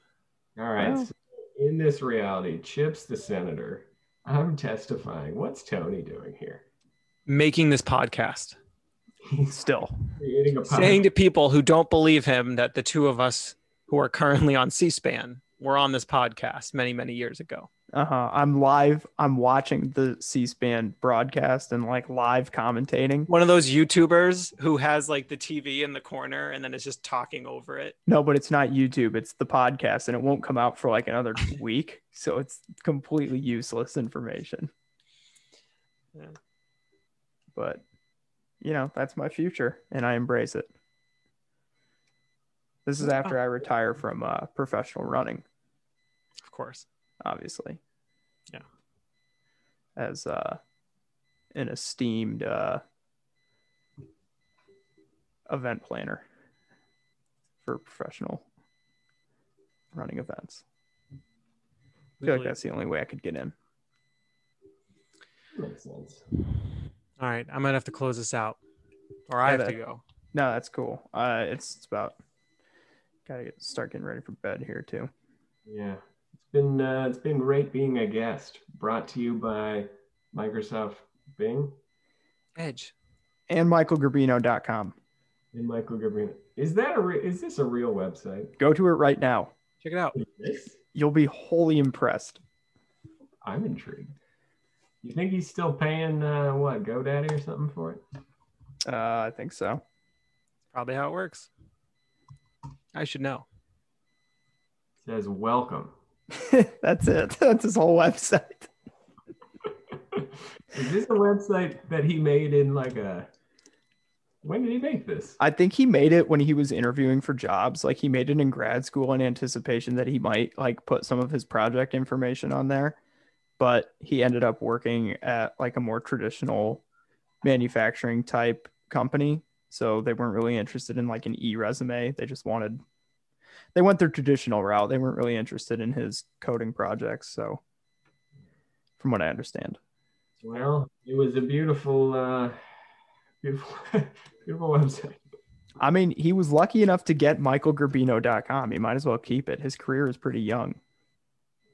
All right.
Well.
So in this reality, Chip's the senator. I'm testifying. What's Tony doing here?
Making this podcast.
He's
Still,
creating a
saying
podcast.
to people who don't believe him that the two of us who are currently on C-SPAN were on this podcast many, many years ago.
uh huh. I'm live. I'm watching the C-SPAN broadcast and like live commentating.
One of those YouTubers who has like the TV in the corner and then is just talking over it.
No, but it's not YouTube. It's the podcast, and it won't come out for like another week. So it's completely useless information.
Yeah.
But you know, that's my future, and I embrace it. This is after I retire from uh, professional running,
Of course.
obviously.
Yeah.
As uh, an esteemed uh, event planner for professional running events. I
We
feel like
believe-
that's the only way I could get in.
Makes sense.
All right. I might have to close this out. Or I
Yeah,
have to
that-
go.
No, that's cool. Uh, it's, it's about gotta get, start getting ready for bed here too.
Yeah, it's been uh, it's been great being a guest. Brought to you by Microsoft Bing
Edge.
And michaelgarbino.com.
and Michael Gabrina. Is that a re- is this a real website?
Go to it right now.
Check it out.
This
You'll be wholly impressed.
I'm intrigued. You think he's still paying uh, what GoDaddy or something for it?
Uh, I think so.
Probably how it works. I should know.
says welcome.
that's it. That's his whole website.
is this a website that he made in like a? When did he make this?
I think he made it when he was interviewing for jobs. Like he made it in grad school in anticipation that he might like put some of his project information on there. But he ended up working at like a more traditional manufacturing type company. So they weren't really interested in like an e resume. They just wanted, they went their traditional route. They weren't really interested in his coding projects. So, from what I understand,
Well, it was a beautiful, uh, beautiful, beautiful website.
I mean, he was lucky enough to get michaelgarbino.com. He might as well keep it. His career is pretty young.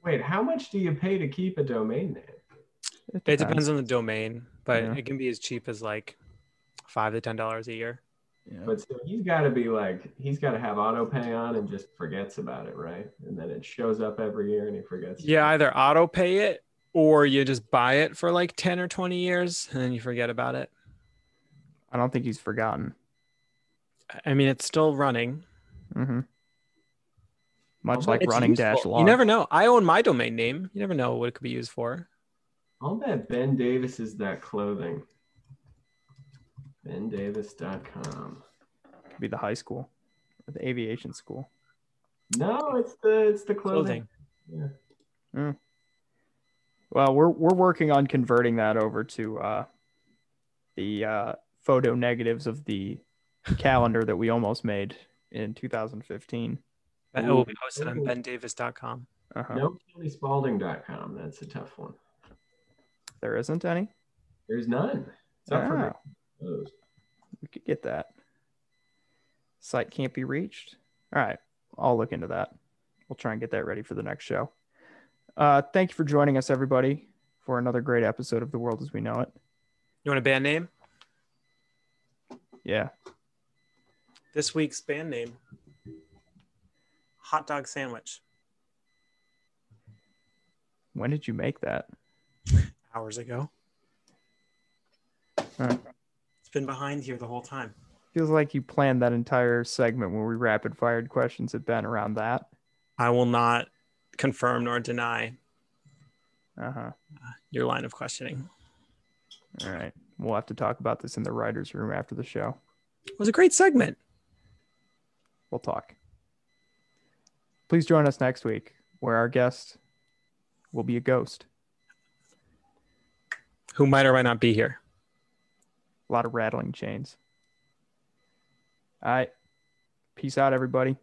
Wait, how much do you pay to keep a domain name?
It depends on the domain, but
Yeah.
it can be as cheap as like five to ten dollars a year.
Yeah.
But so he's got to be like, he's got to have auto pay on and just forgets about it, right? And then it shows up every year and he forgets.
Yeah, either auto pay it or you just buy it for like ten or twenty years and then you forget about it.
I don't think he's forgotten.
I mean, it's still running.
hmm Much
Although
like
It's
running
useful.
dash log.
You never know. I own my domain name. You never know what it could be used for.
I'll bet Ben Davis is that clothing. BenDavis.com.
Could be the high school, or the aviation school.
No, it's the it's the
Clothing.
clothing. Yeah.
Well, we're we're working on converting that over to uh, the uh, photo negatives of the calendar that we almost made in 2015.
That
Ooh.
will be posted on
Ooh.
bendavis.com.
Uh-huh.
No KellySpalding.com. That's a tough one.
There isn't any.
There's none. It's up for
Oh,
those.
we could get that. Site can't be reached. All right, I'll look into that. We'll try and get that ready for the next show. Uh, thank you for joining us, everybody, for another great episode of The World as We Know It.
You want a band name?
Yeah.
This week's band name Hot Dog Sandwich.
When did you make that?
Hours ago.
Alright.
It's been behind here the whole time.
Feels like you planned that entire segment where we rapid fired questions at Ben around that.
I will not confirm nor deny
Uh huh.
your line of questioning.
All right. We'll have to talk about this in the writer's room after the show.
It was a great segment.
We'll talk. Please join us next week where our guest will be a ghost.
Who might or might not be here?
A lot of rattling chains. All right. Peace out, everybody.